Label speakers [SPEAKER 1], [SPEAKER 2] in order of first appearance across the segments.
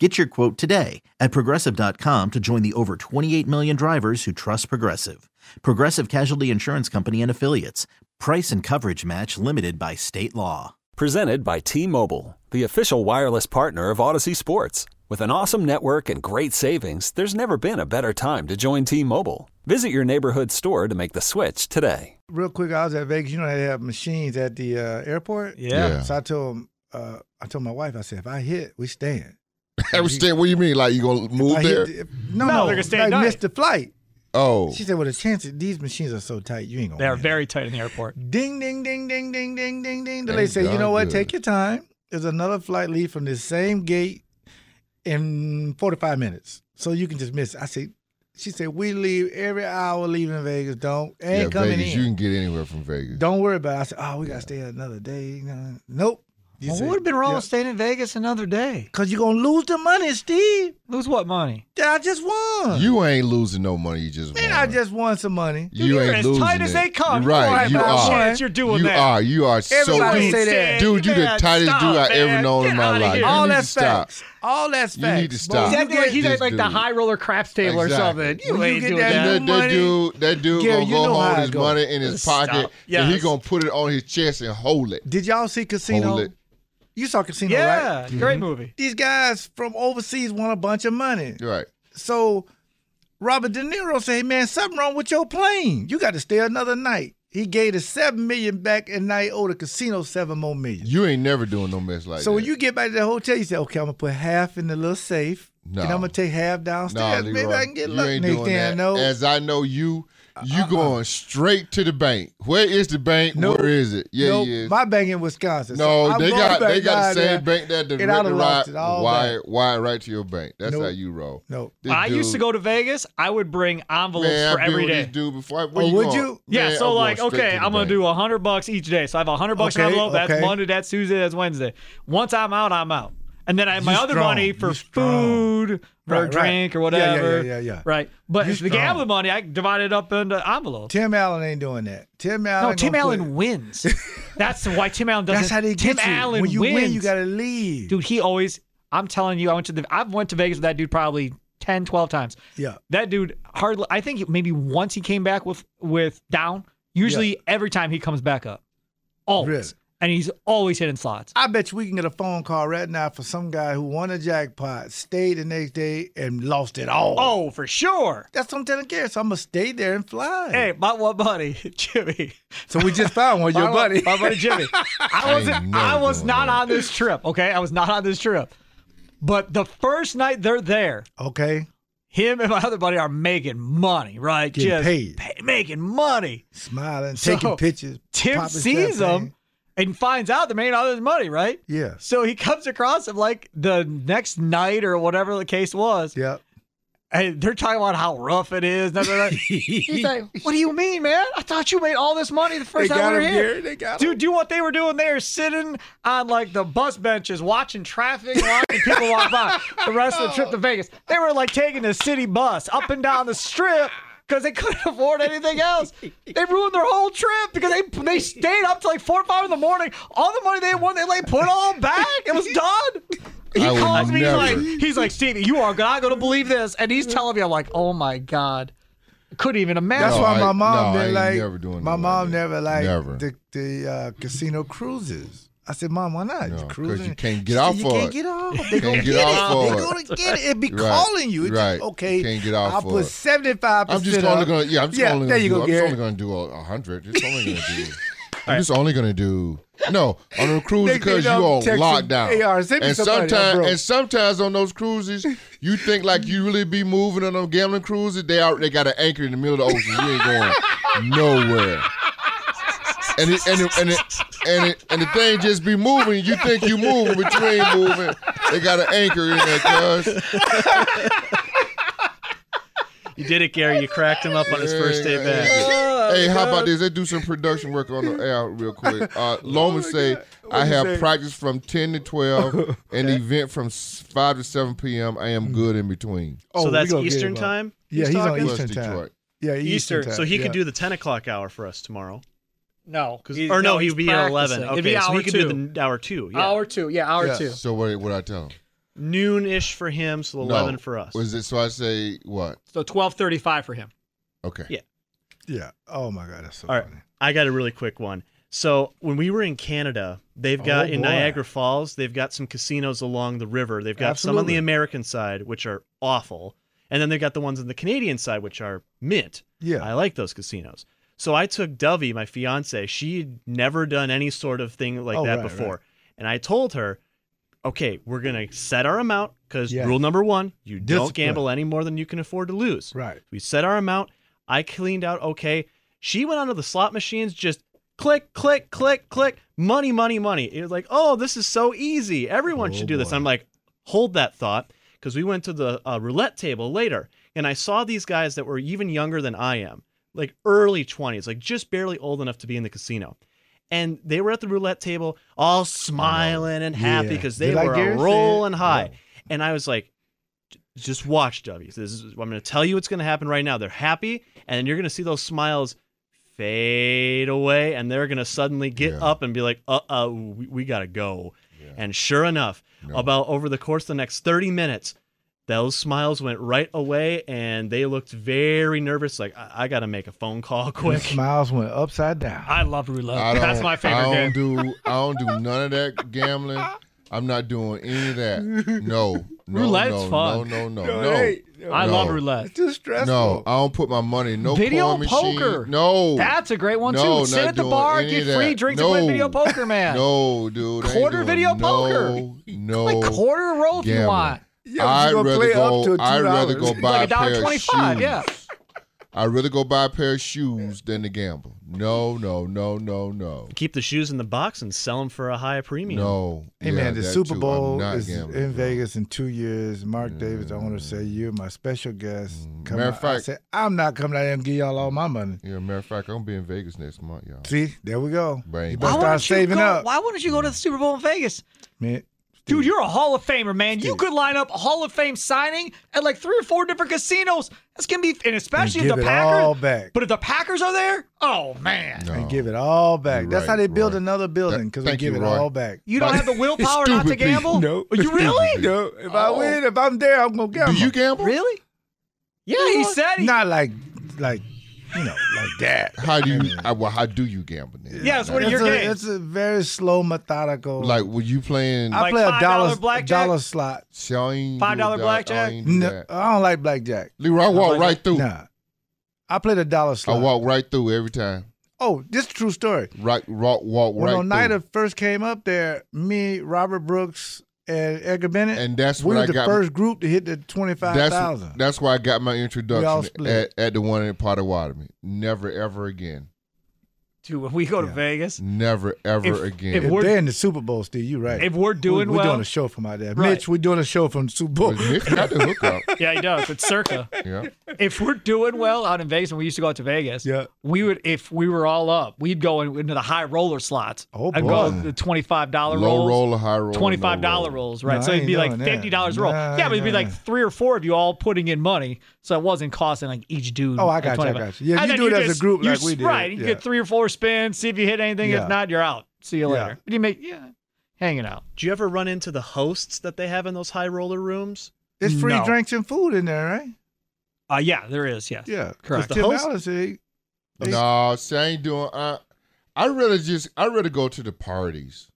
[SPEAKER 1] Get your quote today at progressive.com to join the over 28 million drivers who trust Progressive. Progressive Casualty Insurance Company and Affiliates. Price and coverage match limited by state law.
[SPEAKER 2] Presented by T Mobile, the official wireless partner of Odyssey Sports. With an awesome network and great savings, there's never been a better time to join T Mobile. Visit your neighborhood store to make the switch today.
[SPEAKER 3] Real quick, I was at Vegas. You know they have machines at the uh, airport.
[SPEAKER 4] Yeah. Yeah.
[SPEAKER 3] So I told 'em, uh, I told my wife, I said, if I hit, we staying.
[SPEAKER 4] I understand. What do you mean? Like you gonna move
[SPEAKER 3] I
[SPEAKER 4] there?
[SPEAKER 3] hit, if- no, no,
[SPEAKER 5] they're gonna stay at
[SPEAKER 3] I
[SPEAKER 5] night.
[SPEAKER 3] missed the flight.
[SPEAKER 4] Oh,
[SPEAKER 3] She said, well, the chances these machines are so tight, you ain't gonna.
[SPEAKER 5] They are
[SPEAKER 3] win.
[SPEAKER 5] very tight in the airport.
[SPEAKER 3] Ding, ding, ding, ding, ding, ding, ding, ding. The
[SPEAKER 4] Thank
[SPEAKER 3] lady said, you
[SPEAKER 4] God
[SPEAKER 3] know what?
[SPEAKER 4] good.
[SPEAKER 3] Take your time. There's another flight leave from this same gate in 45 minutes, so you can just miss. It. I said. She said, "We leave every hour leaving Vegas. Don't ain't
[SPEAKER 4] yeah,
[SPEAKER 3] coming
[SPEAKER 4] Vegas.
[SPEAKER 3] in.
[SPEAKER 4] You can get anywhere from Vegas.
[SPEAKER 3] Don't worry about it. I said, oh, we got to stay another day. Nah, Nope. You
[SPEAKER 5] Well,
[SPEAKER 3] said-
[SPEAKER 5] what would have been wrong
[SPEAKER 3] yeah.
[SPEAKER 5] with staying in Vegas another day?
[SPEAKER 3] Cause you're gonna lose the money, Steve.
[SPEAKER 5] Lose what money?
[SPEAKER 3] I just won.
[SPEAKER 4] You ain't losing no money. You just
[SPEAKER 3] man,
[SPEAKER 4] won.
[SPEAKER 3] I just won some money.
[SPEAKER 4] you
[SPEAKER 5] You're
[SPEAKER 4] ain't
[SPEAKER 5] as
[SPEAKER 4] losing
[SPEAKER 5] tight
[SPEAKER 4] it.
[SPEAKER 5] as they come.
[SPEAKER 4] You're
[SPEAKER 5] You
[SPEAKER 4] right.
[SPEAKER 3] ain't
[SPEAKER 4] You
[SPEAKER 3] about
[SPEAKER 4] are.
[SPEAKER 3] shit.
[SPEAKER 5] You're doing
[SPEAKER 4] you
[SPEAKER 5] that.
[SPEAKER 4] are. You are so.
[SPEAKER 3] Everybody
[SPEAKER 4] You,
[SPEAKER 3] say that.
[SPEAKER 4] Oh, dude, you the
[SPEAKER 5] Man,
[SPEAKER 4] tightest
[SPEAKER 5] stop,
[SPEAKER 4] dude I ever
[SPEAKER 5] man.
[SPEAKER 4] known in
[SPEAKER 5] Get
[SPEAKER 4] my
[SPEAKER 5] outta
[SPEAKER 4] life.
[SPEAKER 5] here.
[SPEAKER 4] You
[SPEAKER 3] All
[SPEAKER 4] need
[SPEAKER 3] that's
[SPEAKER 4] to stop.
[SPEAKER 3] facts. All that's
[SPEAKER 4] You
[SPEAKER 3] facts.
[SPEAKER 4] need to
[SPEAKER 3] Boy,
[SPEAKER 4] stop.
[SPEAKER 3] you
[SPEAKER 4] Exactly.
[SPEAKER 3] get-
[SPEAKER 4] he's at, like, the high
[SPEAKER 5] roller craps
[SPEAKER 4] table or Exactly. something.
[SPEAKER 3] You ain't doing that.
[SPEAKER 4] That, that
[SPEAKER 3] Money.
[SPEAKER 4] dude, that dude
[SPEAKER 3] Gary,
[SPEAKER 4] gonna
[SPEAKER 3] you know how
[SPEAKER 4] go home
[SPEAKER 3] I
[SPEAKER 4] with his
[SPEAKER 3] go.
[SPEAKER 4] money in his
[SPEAKER 5] Stop.
[SPEAKER 4] pocket, and
[SPEAKER 5] Yes.
[SPEAKER 4] he gonna put it on his chest and hold it.
[SPEAKER 3] Did y'all see
[SPEAKER 4] Hold
[SPEAKER 3] Casino?
[SPEAKER 4] it.
[SPEAKER 3] You saw Casino,
[SPEAKER 5] Yeah,
[SPEAKER 3] right?
[SPEAKER 4] Mm-hmm.
[SPEAKER 5] great movie.
[SPEAKER 3] These guys from overseas want a bunch of money.
[SPEAKER 4] You're right.
[SPEAKER 3] So Robert De Niro said, man, something wrong with your plane. You got to stay another night. He gave the seven million back, and now he owed the casino seven more million.
[SPEAKER 4] You ain't never doing no mess like
[SPEAKER 3] so
[SPEAKER 4] that.
[SPEAKER 3] when you get back to the hotel, you say, "Okay, I'm gonna put half in the little safe,
[SPEAKER 4] No.
[SPEAKER 3] and I'm gonna take half
[SPEAKER 4] Nah,
[SPEAKER 3] downstairs. Maybe
[SPEAKER 4] Leroy,
[SPEAKER 3] I can get
[SPEAKER 4] you
[SPEAKER 3] lucky."
[SPEAKER 4] ain't
[SPEAKER 3] Next Uh,
[SPEAKER 4] doing
[SPEAKER 3] thing I
[SPEAKER 4] that.
[SPEAKER 3] know,
[SPEAKER 4] As I know you, you
[SPEAKER 3] uh-uh.
[SPEAKER 4] going straight to the bank. Where is the bank?
[SPEAKER 3] Nope.
[SPEAKER 4] Where is it? Yeah,
[SPEAKER 3] nope,
[SPEAKER 4] yeah. is.
[SPEAKER 3] my bank in Wisconsin.
[SPEAKER 4] no,
[SPEAKER 3] So I'm
[SPEAKER 4] they
[SPEAKER 3] going
[SPEAKER 4] got
[SPEAKER 3] back
[SPEAKER 4] they got
[SPEAKER 3] down
[SPEAKER 4] the same
[SPEAKER 3] there.
[SPEAKER 4] bank that
[SPEAKER 3] and
[SPEAKER 4] direct
[SPEAKER 3] I'd have
[SPEAKER 4] ride
[SPEAKER 3] lost it all
[SPEAKER 4] wire, wire right to your bank. That's
[SPEAKER 3] Nope.
[SPEAKER 4] how you roll.
[SPEAKER 3] Nope.
[SPEAKER 4] This
[SPEAKER 5] I used to
[SPEAKER 4] dude-
[SPEAKER 5] go to Vegas. I would bring envelopes
[SPEAKER 4] man,
[SPEAKER 5] for
[SPEAKER 4] I've been
[SPEAKER 5] every
[SPEAKER 4] with
[SPEAKER 5] day.
[SPEAKER 4] this dude before. I-
[SPEAKER 3] Oh,
[SPEAKER 4] Where you
[SPEAKER 3] would
[SPEAKER 4] going?
[SPEAKER 3] you?
[SPEAKER 5] yeah,
[SPEAKER 4] Man,
[SPEAKER 5] so
[SPEAKER 4] I'm
[SPEAKER 5] like,
[SPEAKER 4] going straight
[SPEAKER 5] okay,
[SPEAKER 4] to the
[SPEAKER 5] I'm gonna
[SPEAKER 4] bank.
[SPEAKER 5] do a hundred bucks each day. So I have a hundred bucks
[SPEAKER 3] Okay,
[SPEAKER 5] envelope.
[SPEAKER 3] okay.
[SPEAKER 5] That's Monday, that's Tuesday, that's Wednesday. Once I'm out, I'm out. And then I have my
[SPEAKER 3] You
[SPEAKER 5] other
[SPEAKER 3] strong,
[SPEAKER 5] money
[SPEAKER 3] you
[SPEAKER 5] for
[SPEAKER 3] strong.
[SPEAKER 5] food
[SPEAKER 3] Right,
[SPEAKER 5] or
[SPEAKER 3] right.
[SPEAKER 5] drink or
[SPEAKER 3] Yeah, yeah, yeah,
[SPEAKER 5] whatever.
[SPEAKER 3] yeah, yeah.
[SPEAKER 5] Right. But
[SPEAKER 3] You
[SPEAKER 5] the
[SPEAKER 3] strong.
[SPEAKER 5] gambling money, I divided up into envelopes.
[SPEAKER 3] Tim Allen ain't doing that. Tim Allen.
[SPEAKER 5] No, Tim
[SPEAKER 3] gonna put-
[SPEAKER 5] Allen wins. That's why Tim Allen doesn't.
[SPEAKER 3] That's how they
[SPEAKER 5] Tim
[SPEAKER 3] get you.
[SPEAKER 5] Allen
[SPEAKER 3] when you
[SPEAKER 5] wins.
[SPEAKER 3] win, you gotta leave.
[SPEAKER 5] Dude, he always. I'm telling you, I went to the. I've went to Vegas with that dude probably 10, 12 times.
[SPEAKER 3] Yeah.
[SPEAKER 5] That dude hardly. I think maybe once he came back with with down. Usually every time he comes back up, always,
[SPEAKER 3] Really?
[SPEAKER 5] and he's always hitting slots.
[SPEAKER 3] I bet you we can get a phone call right now for some guy who won a jackpot, stayed the next day, and lost it all.
[SPEAKER 5] Oh, for sure.
[SPEAKER 3] That's what I'm telling Gary. So I'm gonna stay there and fly.
[SPEAKER 5] Hey, my one buddy, Jimmy.
[SPEAKER 3] So we just found one, your
[SPEAKER 5] my,
[SPEAKER 3] buddy.
[SPEAKER 5] my buddy Jimmy. I
[SPEAKER 4] ain't
[SPEAKER 5] wasn't.
[SPEAKER 4] never
[SPEAKER 5] I was
[SPEAKER 4] doing
[SPEAKER 5] not
[SPEAKER 4] that.
[SPEAKER 5] on this trip. Okay, I was not on this trip. But the first night they're there,
[SPEAKER 3] Okay,
[SPEAKER 5] him and my other buddy are making money, right?
[SPEAKER 3] Getting
[SPEAKER 5] Just
[SPEAKER 3] paid.
[SPEAKER 5] pay- making money.
[SPEAKER 3] smiling,
[SPEAKER 5] So,
[SPEAKER 3] taking pictures.
[SPEAKER 5] Tim
[SPEAKER 3] popping
[SPEAKER 5] sees
[SPEAKER 3] champagne.
[SPEAKER 5] him and finds out they're making all this money, right?
[SPEAKER 3] Yeah.
[SPEAKER 5] So he comes across him like the next night or whatever the case was,
[SPEAKER 3] Yep.
[SPEAKER 5] and they're talking about how rough it is. da, da, da. He's like, "What do you mean, man? I thought you made all this money the first time we were here."
[SPEAKER 3] They got
[SPEAKER 5] Dude, do what they were doing. They were sitting on like the bus benches, watching traffic, watching people walk by. The rest of the trip to Vegas, they were like taking the city bus up and down the strip because they couldn't afford anything else. They ruined their whole trip because they they stayed up till like four or five in the morning. All the money they won, they like put all back. It was done. He
[SPEAKER 4] I would
[SPEAKER 5] calls me.
[SPEAKER 4] never.
[SPEAKER 5] He's like, he's like, Stevie, you are not going to believe this, and he's telling me, I'm like, oh my god, couldn't even imagine.
[SPEAKER 3] That's
[SPEAKER 4] No,
[SPEAKER 3] why
[SPEAKER 4] I-
[SPEAKER 3] my mom
[SPEAKER 4] no, I
[SPEAKER 3] didn't
[SPEAKER 4] ain't
[SPEAKER 3] like.
[SPEAKER 4] never doing
[SPEAKER 3] my
[SPEAKER 4] nothing
[SPEAKER 3] mom
[SPEAKER 4] like that.
[SPEAKER 3] never liked
[SPEAKER 4] Never.
[SPEAKER 3] the the uh, casino cruises. I said, Mom, why not?
[SPEAKER 4] No,
[SPEAKER 3] It's
[SPEAKER 4] 'cause
[SPEAKER 3] cruising.
[SPEAKER 4] you can't
[SPEAKER 3] She
[SPEAKER 4] get
[SPEAKER 3] said,
[SPEAKER 4] off
[SPEAKER 3] You
[SPEAKER 4] for
[SPEAKER 3] can't
[SPEAKER 4] it.
[SPEAKER 3] get off. They gonna
[SPEAKER 4] Can't
[SPEAKER 3] get,
[SPEAKER 4] get off
[SPEAKER 3] it.
[SPEAKER 4] for
[SPEAKER 3] They
[SPEAKER 4] it.
[SPEAKER 3] gonna get it. It be
[SPEAKER 4] Right,
[SPEAKER 3] calling you. It's just,
[SPEAKER 4] right.
[SPEAKER 3] okay.
[SPEAKER 4] Can't get off
[SPEAKER 3] I'll
[SPEAKER 4] for
[SPEAKER 3] put
[SPEAKER 4] it.
[SPEAKER 3] seventy five percent.
[SPEAKER 4] I'm just only gonna yeah. I'm just
[SPEAKER 3] yeah,
[SPEAKER 4] only
[SPEAKER 3] there
[SPEAKER 4] gonna
[SPEAKER 3] you
[SPEAKER 4] do,
[SPEAKER 3] go,
[SPEAKER 4] I'm just
[SPEAKER 3] Gary.
[SPEAKER 4] only gonna do a a hundred. It's only gonna do. I'm just only gonna do no on a cruise
[SPEAKER 3] Next thing
[SPEAKER 4] because you
[SPEAKER 3] you know,
[SPEAKER 4] on
[SPEAKER 3] text him,
[SPEAKER 4] lockdown.
[SPEAKER 3] "Hey, all right, send me
[SPEAKER 4] and
[SPEAKER 3] somebody, I'm
[SPEAKER 4] sometimes
[SPEAKER 3] broke."
[SPEAKER 4] and sometimes on those cruises, you think like you really be moving on them gambling cruises. They out they got an anchor in the middle of the ocean. You ain't going nowhere. And it, and it, and it, and it, and the thing just be moving. You think you moving, but you ain't moving. They got an anchor in there, cuz.
[SPEAKER 6] You did it, Gary. You cracked him up on his first day
[SPEAKER 4] Yeah,
[SPEAKER 6] back.
[SPEAKER 4] yeah, yeah. Hey, how about this? They do some production work on the air real quick. Uh, Loman say I have practice from ten to twelve, and event from s- five to seven p.m. I am good in between.
[SPEAKER 3] Oh,
[SPEAKER 6] so
[SPEAKER 3] we
[SPEAKER 6] that's
[SPEAKER 3] gonna get
[SPEAKER 6] Eastern
[SPEAKER 3] him on.
[SPEAKER 6] time.
[SPEAKER 3] Yeah, he's on
[SPEAKER 6] talking?
[SPEAKER 4] Plus
[SPEAKER 3] Eastern time.
[SPEAKER 4] Detroit.
[SPEAKER 3] Yeah, Eastern.
[SPEAKER 6] Eastern.
[SPEAKER 3] time.
[SPEAKER 6] So he
[SPEAKER 3] yeah.
[SPEAKER 6] could do the ten o'clock hour for us tomorrow.
[SPEAKER 5] No,
[SPEAKER 6] 'Cause-
[SPEAKER 5] he's-
[SPEAKER 6] or no,
[SPEAKER 5] he's
[SPEAKER 6] he'd be at eleven.
[SPEAKER 5] practicing.
[SPEAKER 6] Okay,
[SPEAKER 5] It'd be
[SPEAKER 6] so
[SPEAKER 5] hour
[SPEAKER 6] he could
[SPEAKER 5] two.
[SPEAKER 6] do the n- hour two. Yeah,
[SPEAKER 5] Hour two, yeah, hour
[SPEAKER 3] Yeah.
[SPEAKER 5] two.
[SPEAKER 4] So what? What I tell them?
[SPEAKER 6] noon ish for him, so
[SPEAKER 4] No.
[SPEAKER 6] eleven for us.
[SPEAKER 4] Was it? So I say what?
[SPEAKER 5] So twelve thirty-five for him.
[SPEAKER 4] Okay.
[SPEAKER 6] Yeah.
[SPEAKER 3] Yeah. Oh my God, that's so
[SPEAKER 6] All right.
[SPEAKER 3] funny.
[SPEAKER 6] I got a really quick one. So when we were in Canada, they've got
[SPEAKER 3] Oh,
[SPEAKER 6] in
[SPEAKER 3] boy.
[SPEAKER 6] Niagara Falls, they've got some casinos along the river. They've got some on
[SPEAKER 3] Absolutely.
[SPEAKER 6] the American side, which are awful, and then they've got the ones on the Canadian side, which are mint.
[SPEAKER 3] Yeah.
[SPEAKER 6] I like those casinos. So I took Dovey, my fiance. She had never done any sort of thing like
[SPEAKER 3] Oh,
[SPEAKER 6] that
[SPEAKER 3] right,
[SPEAKER 6] before.
[SPEAKER 3] right.
[SPEAKER 6] And I told her, okay, we're going to set our amount because
[SPEAKER 3] Yes.
[SPEAKER 6] rule number one, you
[SPEAKER 3] Discipline.
[SPEAKER 6] don't gamble any more than you can afford to lose.
[SPEAKER 3] Right.
[SPEAKER 6] We set our amount. I cleaned out okay. She went onto the slot machines, just click, click, click, click, money, money, money. It was like, oh, this is so easy. Everyone
[SPEAKER 3] Oh,
[SPEAKER 6] should do this.
[SPEAKER 3] boy.
[SPEAKER 6] I'm like, hold that thought, because we went to the uh, roulette table later, and I saw these guys that were even younger than I am, like early 20s, like just barely old enough to be in the casino. And they were at the roulette table, all smiling and happy
[SPEAKER 3] Yeah.
[SPEAKER 6] because they
[SPEAKER 3] Did I
[SPEAKER 6] were
[SPEAKER 3] guarantee it?
[SPEAKER 6] rolling high.
[SPEAKER 3] Yeah.
[SPEAKER 6] And I was like, just watch W. This is, I'm going to tell you what's going to happen right now. They're happy, and then you're going to see those smiles fade away, and they're going to suddenly get
[SPEAKER 4] Yeah.
[SPEAKER 6] up and be like, "Uh, uh, we, we got to go." And sure enough,
[SPEAKER 4] No.
[SPEAKER 6] about over the course of the next 30 minutes, those smiles went right away, and they looked very nervous. Like I, I got to make a phone call
[SPEAKER 3] The
[SPEAKER 6] quick.
[SPEAKER 3] smiles went upside down.
[SPEAKER 5] I love
[SPEAKER 4] I
[SPEAKER 5] roulette.
[SPEAKER 4] don't,
[SPEAKER 5] That's my favorite
[SPEAKER 4] I
[SPEAKER 5] game.
[SPEAKER 4] don't do. I don't do none of that gambling. I'm not doing any of that. No. no
[SPEAKER 5] Roulette's
[SPEAKER 4] no,
[SPEAKER 5] fun.
[SPEAKER 4] No. No.
[SPEAKER 3] No,
[SPEAKER 4] Oh, No.
[SPEAKER 3] it
[SPEAKER 4] No.
[SPEAKER 3] ain't.
[SPEAKER 5] I
[SPEAKER 4] No.
[SPEAKER 5] love
[SPEAKER 3] It's
[SPEAKER 5] roulette.
[SPEAKER 3] too stressful.
[SPEAKER 4] No, I don't put my money in no
[SPEAKER 5] Video
[SPEAKER 4] coin machine.
[SPEAKER 5] poker.
[SPEAKER 4] No,
[SPEAKER 5] That's a great one
[SPEAKER 4] No,
[SPEAKER 5] too. Sit
[SPEAKER 4] not
[SPEAKER 5] at the
[SPEAKER 4] doing
[SPEAKER 5] bar,
[SPEAKER 4] any
[SPEAKER 5] get
[SPEAKER 4] of
[SPEAKER 5] free
[SPEAKER 4] that.
[SPEAKER 5] drinks, and play
[SPEAKER 4] No.
[SPEAKER 5] video poker, man.
[SPEAKER 4] no, dude. I ain't
[SPEAKER 5] Quarter
[SPEAKER 4] doing
[SPEAKER 5] video
[SPEAKER 4] no,
[SPEAKER 5] poker.
[SPEAKER 4] No,
[SPEAKER 5] like quarter roll if you
[SPEAKER 4] gambling.
[SPEAKER 5] want.
[SPEAKER 3] Yeah,
[SPEAKER 4] I'd
[SPEAKER 3] you gonna
[SPEAKER 4] rather
[SPEAKER 3] play
[SPEAKER 4] go.
[SPEAKER 3] up to
[SPEAKER 4] I'd rather
[SPEAKER 3] $2.
[SPEAKER 4] go buy
[SPEAKER 5] Like
[SPEAKER 4] a pair of shoes.
[SPEAKER 5] $1.25, yeah.
[SPEAKER 4] I'd rather go buy a pair of shoes than to gamble. No, no, no, no, no,
[SPEAKER 6] Keep the shoes in the box and sell them for a high premium.
[SPEAKER 4] no.
[SPEAKER 3] Hey
[SPEAKER 4] Yeah,
[SPEAKER 3] man, the
[SPEAKER 4] that
[SPEAKER 3] Super
[SPEAKER 4] too. I'm
[SPEAKER 3] Bowl
[SPEAKER 4] not
[SPEAKER 3] is
[SPEAKER 4] gambling,
[SPEAKER 3] in
[SPEAKER 4] bro. Mm.
[SPEAKER 3] Vegas in two years. Mark Davis, I want to say you're my special guest. Come
[SPEAKER 4] Matter
[SPEAKER 3] out.
[SPEAKER 4] of fact-
[SPEAKER 3] I said I'm not coming out here and give y'all all my money.
[SPEAKER 4] Yeah, matter of fact, I'm gonna be in Vegas next month, y'all.
[SPEAKER 3] See, there we go.
[SPEAKER 4] Brain.
[SPEAKER 3] You
[SPEAKER 4] Why
[SPEAKER 3] better start saving
[SPEAKER 5] you go,
[SPEAKER 3] up,
[SPEAKER 5] Why wouldn't you go to the Super Bowl in Vegas?
[SPEAKER 3] man.
[SPEAKER 5] Dude, you're a Hall of Famer, man. You could line up a Hall of Fame signing at like three or four different casinos. That's gonna be, and especially
[SPEAKER 3] And
[SPEAKER 5] if the
[SPEAKER 3] give it all
[SPEAKER 5] Packers.
[SPEAKER 3] back.
[SPEAKER 5] But if the Packers are there, oh man,
[SPEAKER 4] No.
[SPEAKER 3] And give it all back.
[SPEAKER 4] You're
[SPEAKER 3] That's how
[SPEAKER 4] right,
[SPEAKER 3] they build
[SPEAKER 4] Roy.
[SPEAKER 3] another building
[SPEAKER 4] That-
[SPEAKER 3] because they
[SPEAKER 4] thank
[SPEAKER 3] give
[SPEAKER 4] you,
[SPEAKER 3] it
[SPEAKER 4] Roy.
[SPEAKER 3] all back.
[SPEAKER 5] you don't have the willpower not to
[SPEAKER 4] Stupid people.
[SPEAKER 5] gamble. Are you really? Oh.
[SPEAKER 3] No. If I win, if I'm there, I'm gonna
[SPEAKER 4] Do
[SPEAKER 3] gamble.
[SPEAKER 4] you gamble?
[SPEAKER 5] Really? Yeah, he said he.
[SPEAKER 3] Not like, like, you know, like that.
[SPEAKER 4] How do you? I, well, how do you gamble? Then?
[SPEAKER 5] Yes, what are
[SPEAKER 3] it's
[SPEAKER 5] your
[SPEAKER 3] a,
[SPEAKER 5] games?
[SPEAKER 3] It's a very slow, methodical.
[SPEAKER 4] Like, were you playing?
[SPEAKER 3] I
[SPEAKER 5] Like
[SPEAKER 3] play a
[SPEAKER 5] $5
[SPEAKER 3] dollar,
[SPEAKER 5] blackjack?
[SPEAKER 3] dollar slot.
[SPEAKER 4] See, I ain't do
[SPEAKER 5] $5
[SPEAKER 4] that.
[SPEAKER 5] blackjack?
[SPEAKER 4] I ain't do
[SPEAKER 3] No,
[SPEAKER 4] that.
[SPEAKER 3] I don't like blackjack.
[SPEAKER 4] Leroy, I walk
[SPEAKER 5] like
[SPEAKER 4] right through.
[SPEAKER 3] Nah, I play the dollar
[SPEAKER 4] I
[SPEAKER 3] slot.
[SPEAKER 4] walk right through every time.
[SPEAKER 3] Oh, this is a true story.
[SPEAKER 4] Right, walk, walk
[SPEAKER 3] When
[SPEAKER 4] right
[SPEAKER 3] Oneida
[SPEAKER 4] through.
[SPEAKER 3] first came up there, me, Robert Brooks, and Edgar Bennett,
[SPEAKER 4] And that's
[SPEAKER 3] we
[SPEAKER 4] when
[SPEAKER 3] were
[SPEAKER 4] I
[SPEAKER 3] the
[SPEAKER 4] got-
[SPEAKER 3] first group to hit the
[SPEAKER 4] That's
[SPEAKER 3] 25,000.
[SPEAKER 4] that's why I got my introduction
[SPEAKER 3] split.
[SPEAKER 4] at, at the one in Potawatomi. Never ever again.
[SPEAKER 5] Dude, when we go to Vegas,
[SPEAKER 4] Never ever
[SPEAKER 5] If-
[SPEAKER 4] again.
[SPEAKER 5] if
[SPEAKER 3] If
[SPEAKER 5] we're-
[SPEAKER 3] they're in the Super Bowl, Steve, you're right.
[SPEAKER 5] if we're doing
[SPEAKER 3] we're
[SPEAKER 5] well,
[SPEAKER 3] doing a show from out there.
[SPEAKER 5] Right.
[SPEAKER 3] Mitch, we're doing a show from the Super Bowl.
[SPEAKER 4] But Nick got the hookup.
[SPEAKER 5] yeah, he does. It's circa.
[SPEAKER 4] Yeah.
[SPEAKER 5] if we're doing well out in Vegas, when we used to go out to Vegas,
[SPEAKER 3] Yeah.
[SPEAKER 5] we would if we were all up, we'd go in, into the high roller slots.
[SPEAKER 3] Oh,
[SPEAKER 5] I'd go
[SPEAKER 3] boy.
[SPEAKER 5] the twenty five dollar
[SPEAKER 4] Low
[SPEAKER 5] rolls,
[SPEAKER 4] roller, high roll.
[SPEAKER 5] twenty five dollar
[SPEAKER 4] no roll.
[SPEAKER 5] rolls, right?
[SPEAKER 3] No,
[SPEAKER 5] so
[SPEAKER 3] I
[SPEAKER 5] it'd be
[SPEAKER 3] ain't
[SPEAKER 5] like
[SPEAKER 3] doing that.
[SPEAKER 5] fifty dollars roll.
[SPEAKER 3] Nah,
[SPEAKER 5] yeah, but it'd be
[SPEAKER 3] nah.
[SPEAKER 5] like three or four of you all putting in money, so it wasn't costing like each dude.
[SPEAKER 3] Oh, I
[SPEAKER 5] like
[SPEAKER 3] got you, I
[SPEAKER 5] 25.
[SPEAKER 3] got you. Yeah, if
[SPEAKER 5] And
[SPEAKER 3] you
[SPEAKER 5] then
[SPEAKER 3] do it as a
[SPEAKER 5] just-
[SPEAKER 3] group
[SPEAKER 5] you
[SPEAKER 3] like we
[SPEAKER 5] s-
[SPEAKER 3] did,
[SPEAKER 5] right? You
[SPEAKER 3] yeah.
[SPEAKER 5] get three or four spins, see if you hit anything.
[SPEAKER 3] Yeah.
[SPEAKER 5] If not, you're out. See you
[SPEAKER 3] Yeah.
[SPEAKER 5] later. You make yeah, hanging out.
[SPEAKER 6] Do you ever run into the hosts that they have in those high roller rooms?
[SPEAKER 3] It's free
[SPEAKER 5] No.
[SPEAKER 3] drinks and food in there, right?
[SPEAKER 5] Uh, yeah, there is. Yes.
[SPEAKER 3] Yeah. 'Cause
[SPEAKER 5] Correct.
[SPEAKER 6] The
[SPEAKER 3] Tim
[SPEAKER 6] host-
[SPEAKER 3] Allen said,
[SPEAKER 4] No, see, I ain't doing. I I rather just. I rather go to the parties.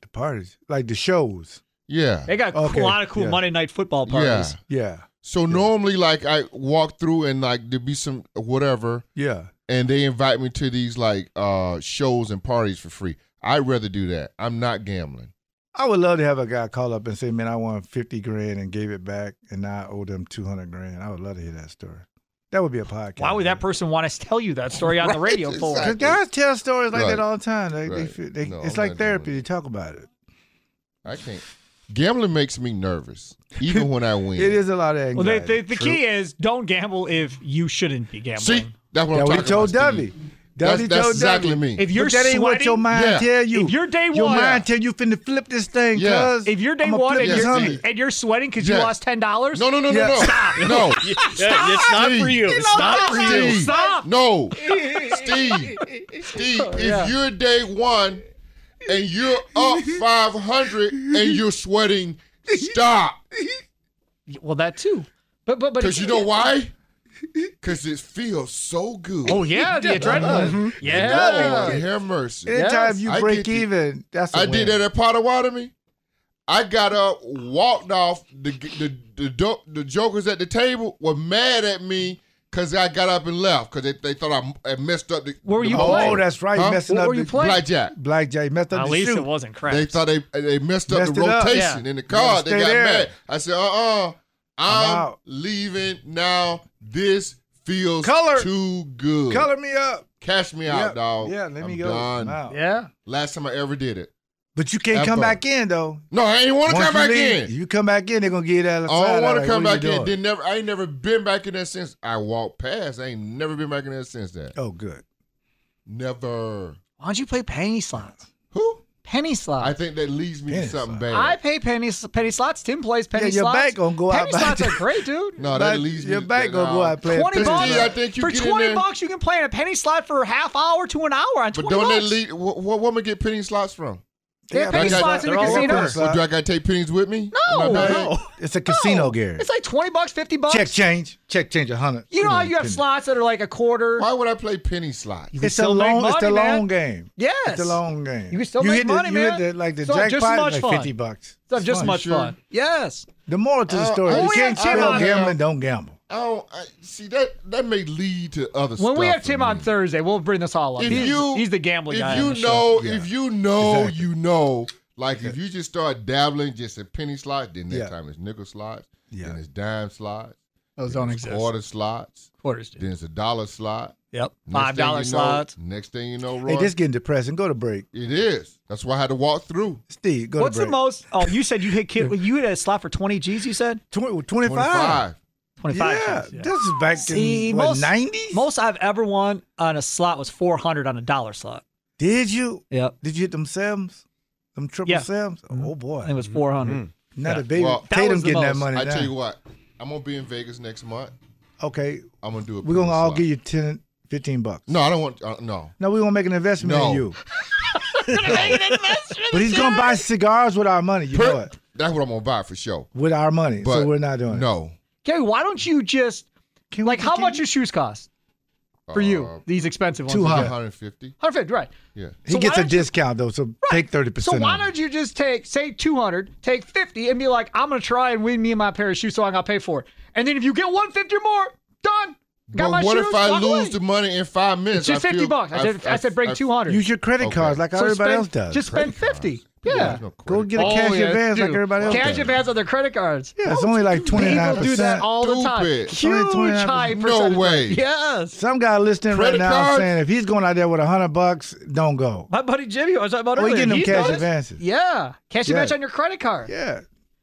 [SPEAKER 3] the parties, like the shows.
[SPEAKER 4] Yeah.
[SPEAKER 5] They got
[SPEAKER 3] Okay,
[SPEAKER 5] a lot of cool
[SPEAKER 3] yeah.
[SPEAKER 5] Monday night football
[SPEAKER 4] Yeah.
[SPEAKER 5] parties.
[SPEAKER 3] Yeah.
[SPEAKER 4] So normally, like, I walk through and like there be some whatever,
[SPEAKER 3] Yeah.
[SPEAKER 4] and they invite me to these like uh shows and parties for free. I'd rather do that. I'm not gambling.
[SPEAKER 3] I would love to have a guy call up and say, "Man, I won fifty grand and gave it back, and now I owe them two hundred grand." I would love to hear that story. That would be a podcast.
[SPEAKER 5] Why would that person want to tell you that story on the
[SPEAKER 4] Right,
[SPEAKER 5] radio for?
[SPEAKER 4] exactly.
[SPEAKER 3] Because guys tell stories like
[SPEAKER 4] Right.
[SPEAKER 3] that all the time. They, they
[SPEAKER 4] Right.
[SPEAKER 3] feel- they-
[SPEAKER 4] No,
[SPEAKER 3] it's
[SPEAKER 4] I'm
[SPEAKER 3] like
[SPEAKER 4] not doing
[SPEAKER 3] therapy.
[SPEAKER 4] it.
[SPEAKER 3] They talk about it.
[SPEAKER 4] I can't. Gambling makes me nervous, even when I win.
[SPEAKER 3] It is a lot of
[SPEAKER 5] Well, they,
[SPEAKER 3] anxiety.
[SPEAKER 5] they, the key is don't gamble if you shouldn't be gambling.
[SPEAKER 4] See, That's what
[SPEAKER 3] That
[SPEAKER 4] I'm
[SPEAKER 3] what he
[SPEAKER 4] talking
[SPEAKER 3] told
[SPEAKER 4] about. Steve.
[SPEAKER 3] Dovey.
[SPEAKER 4] That's,
[SPEAKER 3] Dovey
[SPEAKER 4] that's
[SPEAKER 3] told
[SPEAKER 4] exactly
[SPEAKER 3] Dovey.
[SPEAKER 4] me.
[SPEAKER 6] If you're
[SPEAKER 3] but that ain't what
[SPEAKER 6] sweaty-
[SPEAKER 3] your mind
[SPEAKER 4] Yeah.
[SPEAKER 3] tell you.
[SPEAKER 6] If you're day
[SPEAKER 3] your
[SPEAKER 6] one-
[SPEAKER 3] mind tell you finna flip this thing,
[SPEAKER 4] Yeah.
[SPEAKER 3] cuz.
[SPEAKER 6] If you're day
[SPEAKER 3] I'ma
[SPEAKER 6] one
[SPEAKER 3] flip
[SPEAKER 6] and
[SPEAKER 4] this
[SPEAKER 6] you're,
[SPEAKER 4] hundred.
[SPEAKER 6] and you're sweating because you
[SPEAKER 4] Yeah.
[SPEAKER 6] lost ten dollars,
[SPEAKER 4] no, no, no, no,
[SPEAKER 3] Yeah.
[SPEAKER 4] no. No.
[SPEAKER 6] Stop.
[SPEAKER 7] It's not for you. It's not for you.
[SPEAKER 4] Steve.
[SPEAKER 6] Stop. Oh,
[SPEAKER 4] No. Steve. Steve, if you're day one and you're up 500 and you're sweating, stop.
[SPEAKER 6] well that too. But but but
[SPEAKER 4] Because you know why? Because it feels so good.
[SPEAKER 6] Oh yeah, the adrenaline.
[SPEAKER 4] Mm-hmm. Lord,
[SPEAKER 6] Yeah.
[SPEAKER 4] have mercy.
[SPEAKER 3] Anytime you
[SPEAKER 4] I
[SPEAKER 3] break
[SPEAKER 4] get you.
[SPEAKER 3] even, that's a
[SPEAKER 4] I
[SPEAKER 3] win.
[SPEAKER 4] did that at Potawatomi. I got up, walked off. The the the, do- the jokers at the table were mad at me because I got up and left because they, they thought I, I messed up the.
[SPEAKER 6] Where were
[SPEAKER 4] the
[SPEAKER 6] you
[SPEAKER 4] whole-
[SPEAKER 6] playing?
[SPEAKER 3] Oh, that's right.
[SPEAKER 4] Huh?
[SPEAKER 3] Messing up
[SPEAKER 6] were you
[SPEAKER 3] the-
[SPEAKER 6] playing?
[SPEAKER 4] Blackjack.
[SPEAKER 3] Blackjack messed up
[SPEAKER 6] At
[SPEAKER 3] the
[SPEAKER 6] least
[SPEAKER 3] shoot.
[SPEAKER 6] it wasn't crap.
[SPEAKER 4] They thought they they messed up
[SPEAKER 3] Messed
[SPEAKER 4] the
[SPEAKER 3] it up.
[SPEAKER 4] rotation
[SPEAKER 6] Yeah.
[SPEAKER 4] in the
[SPEAKER 3] gotta
[SPEAKER 4] card. They
[SPEAKER 3] stay
[SPEAKER 4] got
[SPEAKER 3] there.
[SPEAKER 4] mad. I said, uh uh-uh, uh, i am
[SPEAKER 3] out."
[SPEAKER 4] leaving now. This feels
[SPEAKER 3] Color.
[SPEAKER 4] too good.
[SPEAKER 3] Color me up.
[SPEAKER 4] Cash me
[SPEAKER 3] Yeah,
[SPEAKER 4] out, dog.
[SPEAKER 3] Yeah, let me
[SPEAKER 4] I'm
[SPEAKER 3] go.
[SPEAKER 4] done.
[SPEAKER 3] I'm out.
[SPEAKER 6] yeah.
[SPEAKER 4] Last time I ever did it.
[SPEAKER 3] But you can't
[SPEAKER 4] That
[SPEAKER 3] come
[SPEAKER 4] part.
[SPEAKER 3] back in though.
[SPEAKER 4] No, I ain't want to
[SPEAKER 3] Once
[SPEAKER 4] come
[SPEAKER 3] you
[SPEAKER 4] back
[SPEAKER 3] leave,
[SPEAKER 4] in.
[SPEAKER 3] You come back in, they're gonna get you that.
[SPEAKER 4] I
[SPEAKER 3] side
[SPEAKER 4] don't want
[SPEAKER 3] eye,
[SPEAKER 4] to come
[SPEAKER 3] what
[SPEAKER 4] back
[SPEAKER 3] you
[SPEAKER 4] in.
[SPEAKER 3] doing?
[SPEAKER 4] Then never, I ain't never been back in there since I walked past. I ain't never been back in there since that.
[SPEAKER 3] Oh, good.
[SPEAKER 4] Never.
[SPEAKER 5] Why don't you play penny slots?
[SPEAKER 4] Who?
[SPEAKER 5] Penny
[SPEAKER 4] I
[SPEAKER 5] slots.
[SPEAKER 4] think that leads me to
[SPEAKER 3] Yes,
[SPEAKER 4] something
[SPEAKER 3] I-
[SPEAKER 4] bad.
[SPEAKER 5] I, pay penny penny slots. Tim plays penny
[SPEAKER 3] Yeah, your
[SPEAKER 5] slots.
[SPEAKER 3] bank gonna go out
[SPEAKER 5] penny
[SPEAKER 3] by
[SPEAKER 5] slots
[SPEAKER 3] the-
[SPEAKER 5] are great, dude.
[SPEAKER 4] no, that
[SPEAKER 3] But
[SPEAKER 4] leads me.
[SPEAKER 3] your
[SPEAKER 4] to-
[SPEAKER 3] back gonna
[SPEAKER 4] no.
[SPEAKER 3] go out playing.
[SPEAKER 5] Twenty
[SPEAKER 4] Steve,
[SPEAKER 5] bucks.
[SPEAKER 4] I think you
[SPEAKER 5] For
[SPEAKER 4] get in
[SPEAKER 5] twenty
[SPEAKER 4] there-
[SPEAKER 5] bucks, you can play in a penny slot for half hour to an hour on
[SPEAKER 4] But
[SPEAKER 5] twenty
[SPEAKER 4] don't that
[SPEAKER 5] bucks.
[SPEAKER 4] lead? What, what woman get penny slots from? Oh,
[SPEAKER 5] They have penny
[SPEAKER 4] got-
[SPEAKER 5] slots in the
[SPEAKER 6] they're all over
[SPEAKER 5] casino.
[SPEAKER 6] the
[SPEAKER 4] Well, do I gotta take pennies with me?
[SPEAKER 5] No,
[SPEAKER 4] Am I
[SPEAKER 5] no.
[SPEAKER 4] paid?
[SPEAKER 3] It's a casino, Gary.
[SPEAKER 5] It's like twenty bucks, fifty bucks.
[SPEAKER 3] Check change. Check change. A hundred.
[SPEAKER 5] You know how you have
[SPEAKER 3] penny.
[SPEAKER 5] slots that are like a quarter.
[SPEAKER 4] Why would I play penny slots?
[SPEAKER 3] It's a
[SPEAKER 5] still make
[SPEAKER 3] long. it's
[SPEAKER 5] money,
[SPEAKER 3] the
[SPEAKER 5] man.
[SPEAKER 3] long game.
[SPEAKER 5] Yes.
[SPEAKER 3] It's a long game.
[SPEAKER 5] You can still make
[SPEAKER 3] hit the-
[SPEAKER 5] money,
[SPEAKER 3] you hit
[SPEAKER 5] man.
[SPEAKER 3] the- like the
[SPEAKER 5] So just
[SPEAKER 3] jackpot,
[SPEAKER 5] as much
[SPEAKER 3] like
[SPEAKER 5] fun.
[SPEAKER 3] fifty bucks.
[SPEAKER 5] So just
[SPEAKER 3] It's
[SPEAKER 5] much
[SPEAKER 4] sure.
[SPEAKER 5] fun. Yes.
[SPEAKER 3] The moral to the
[SPEAKER 4] Uh,
[SPEAKER 3] story:
[SPEAKER 4] oh,
[SPEAKER 3] you
[SPEAKER 5] we
[SPEAKER 3] can't
[SPEAKER 5] had Tim
[SPEAKER 3] spell
[SPEAKER 5] on
[SPEAKER 4] there.
[SPEAKER 3] gambling, don't gamble.
[SPEAKER 4] I don't I, see that. That may lead to other stuff.
[SPEAKER 5] When we have
[SPEAKER 4] for
[SPEAKER 5] Tim
[SPEAKER 4] me.
[SPEAKER 5] on Thursday, we'll bring this all up.
[SPEAKER 4] If
[SPEAKER 5] he's,
[SPEAKER 4] you-
[SPEAKER 5] he's the gambling
[SPEAKER 4] if
[SPEAKER 5] guy.
[SPEAKER 4] you
[SPEAKER 5] on the show.
[SPEAKER 4] know,
[SPEAKER 3] Yeah.
[SPEAKER 4] if you know,
[SPEAKER 3] Exactly.
[SPEAKER 4] you know. Like if you just start dabbling just at penny slots, then next
[SPEAKER 3] Yeah.
[SPEAKER 4] time it's nickel slots,
[SPEAKER 3] Yeah.
[SPEAKER 4] then it's dime slots,
[SPEAKER 5] those
[SPEAKER 4] then
[SPEAKER 5] don't
[SPEAKER 4] it's
[SPEAKER 5] exist.
[SPEAKER 4] quarter slots,
[SPEAKER 5] Quarters do.
[SPEAKER 4] then it's a dollar slot,
[SPEAKER 5] Yep.
[SPEAKER 4] Next
[SPEAKER 5] Five
[SPEAKER 4] thing you
[SPEAKER 5] dollar
[SPEAKER 4] know-
[SPEAKER 5] slots.
[SPEAKER 4] Next thing you know, Roy,
[SPEAKER 3] Hey, this getting depressing. Go to break,
[SPEAKER 4] it is. That's why I had to walk through.
[SPEAKER 3] Steve. Go
[SPEAKER 5] What's
[SPEAKER 3] to
[SPEAKER 5] the
[SPEAKER 3] break.
[SPEAKER 5] most? Oh, you said you hit kid. You hit a slot for twenty G's. You said
[SPEAKER 3] Tw- 25.
[SPEAKER 4] 25.
[SPEAKER 5] twenty five.
[SPEAKER 3] Yeah, this is back
[SPEAKER 5] See,
[SPEAKER 3] in what,
[SPEAKER 5] most-
[SPEAKER 3] 90s?
[SPEAKER 5] Most I've ever won on a slot was four hundred on a dollar slot.
[SPEAKER 3] Did you?
[SPEAKER 5] Yep.
[SPEAKER 3] Did you hit them Sims? Them triple
[SPEAKER 5] Yeah.
[SPEAKER 3] Sims? Oh
[SPEAKER 5] I think it
[SPEAKER 3] boy.
[SPEAKER 5] was
[SPEAKER 4] Mm-hmm.
[SPEAKER 5] four
[SPEAKER 4] Mm.
[SPEAKER 5] hundred.
[SPEAKER 3] Not
[SPEAKER 5] yeah.
[SPEAKER 3] a baby.
[SPEAKER 4] Well, that
[SPEAKER 3] Tatum
[SPEAKER 5] was the
[SPEAKER 3] getting that
[SPEAKER 5] most.
[SPEAKER 3] money
[SPEAKER 4] I
[SPEAKER 3] now.
[SPEAKER 4] tell you what, I'm gonna be in Vegas next month.
[SPEAKER 3] Okay,
[SPEAKER 4] I'm gonna do a.
[SPEAKER 3] we're going
[SPEAKER 4] penny
[SPEAKER 3] to all
[SPEAKER 4] slot.
[SPEAKER 3] give you 10, 15 bucks.
[SPEAKER 4] No, I don't want. Uh, no,
[SPEAKER 3] No, we're going to make an investment
[SPEAKER 4] No.
[SPEAKER 3] in you. But he's going to buy cigars with our money. You know
[SPEAKER 4] Per-
[SPEAKER 3] it.
[SPEAKER 4] that's what I'm gonna buy for sure.
[SPEAKER 3] With our money.
[SPEAKER 4] But
[SPEAKER 3] so we're not doing it.
[SPEAKER 4] No,
[SPEAKER 5] Gary, why don't you just
[SPEAKER 3] Can we-
[SPEAKER 5] like how
[SPEAKER 3] can
[SPEAKER 5] much
[SPEAKER 3] we-
[SPEAKER 5] your shoes cost for
[SPEAKER 4] Uh,
[SPEAKER 5] you? These expensive ones.
[SPEAKER 3] Two
[SPEAKER 4] One
[SPEAKER 3] hundred.
[SPEAKER 4] hundred fifty.
[SPEAKER 5] Hundred fifty, right?
[SPEAKER 4] Yeah.
[SPEAKER 3] He
[SPEAKER 5] so
[SPEAKER 3] gets
[SPEAKER 5] why
[SPEAKER 3] a
[SPEAKER 5] don't you-
[SPEAKER 3] discount, though, so take 30%.
[SPEAKER 5] So why
[SPEAKER 3] on it.
[SPEAKER 5] don't you just take say two hundred, take fifty, and be like, I'm gonna try and win me and my pair of shoes, so I gotta pay for it. And then if you get one fifty or more, done. Got
[SPEAKER 4] But
[SPEAKER 5] my
[SPEAKER 4] what
[SPEAKER 5] shoes,
[SPEAKER 4] if I
[SPEAKER 5] walk
[SPEAKER 4] lose
[SPEAKER 5] away.
[SPEAKER 4] the money in five minutes?
[SPEAKER 5] It's just
[SPEAKER 4] I
[SPEAKER 5] fifty
[SPEAKER 4] feel-
[SPEAKER 5] bucks. I said, I, said bring two hundred.
[SPEAKER 3] Use your credit
[SPEAKER 4] Okay.
[SPEAKER 3] cards like
[SPEAKER 5] So
[SPEAKER 3] everybody
[SPEAKER 5] spend-
[SPEAKER 3] else does.
[SPEAKER 5] Just spend fifty. Yeah.
[SPEAKER 4] There's no credit
[SPEAKER 3] Go get a
[SPEAKER 5] Oh,
[SPEAKER 3] cash
[SPEAKER 5] yeah,
[SPEAKER 3] advance like
[SPEAKER 5] dude.
[SPEAKER 3] everybody else
[SPEAKER 5] Cash
[SPEAKER 3] does.
[SPEAKER 5] advance on their credit cards.
[SPEAKER 3] Yeah, it's only like
[SPEAKER 5] People
[SPEAKER 3] 29%.
[SPEAKER 5] do that all the time.
[SPEAKER 4] Stupid.
[SPEAKER 3] It's only
[SPEAKER 5] Huge
[SPEAKER 3] 29%.
[SPEAKER 5] high
[SPEAKER 4] No
[SPEAKER 5] percentage. rate.
[SPEAKER 4] way.
[SPEAKER 5] Yes.
[SPEAKER 3] Some guy listening
[SPEAKER 4] Credit
[SPEAKER 3] right now
[SPEAKER 4] cards?
[SPEAKER 3] saying if he's going out there with a hundred bucks, don't go.
[SPEAKER 5] My buddy Jimmy, I was talking about
[SPEAKER 3] Well,
[SPEAKER 5] earlier.
[SPEAKER 3] you Oh, getting them
[SPEAKER 5] he
[SPEAKER 3] cash
[SPEAKER 5] does-
[SPEAKER 3] advances.
[SPEAKER 5] Yeah. Cash
[SPEAKER 3] Yeah.
[SPEAKER 5] advance on your credit card.
[SPEAKER 3] Yeah.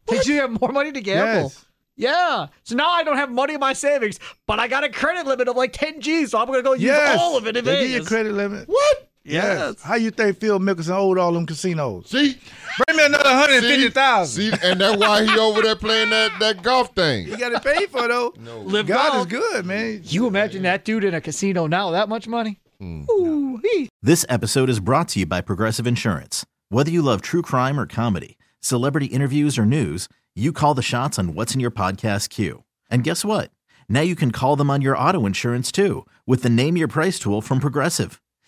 [SPEAKER 5] Did you have more money to gamble?
[SPEAKER 3] Yes.
[SPEAKER 5] Yeah. So now I don't have money in my savings, but I got a credit limit of like 10 G's, so I'm going to go use
[SPEAKER 3] Yes.
[SPEAKER 5] all of it in
[SPEAKER 3] they
[SPEAKER 5] Vegas.
[SPEAKER 3] Give you a credit limit.
[SPEAKER 5] What?
[SPEAKER 3] Yes. How you think Phil Mickelson owed all them casinos?
[SPEAKER 4] See,
[SPEAKER 3] Bring me another hundred and fifty thousand.
[SPEAKER 4] see, and that's why he over there playing that, that golf
[SPEAKER 3] You
[SPEAKER 4] thing.
[SPEAKER 3] got to pay for it, though.
[SPEAKER 5] Live
[SPEAKER 3] God
[SPEAKER 5] golf.
[SPEAKER 3] is good, man.
[SPEAKER 5] You imagine that dude in a casino now, that much money? Ooh, he.
[SPEAKER 1] This episode is brought to you by Progressive Insurance. Whether you love true crime or comedy, celebrity interviews or news, you call the shots on what's in your podcast queue. And guess what? Now you can call them on your auto insurance too with the Name Your Price tool from Progressive.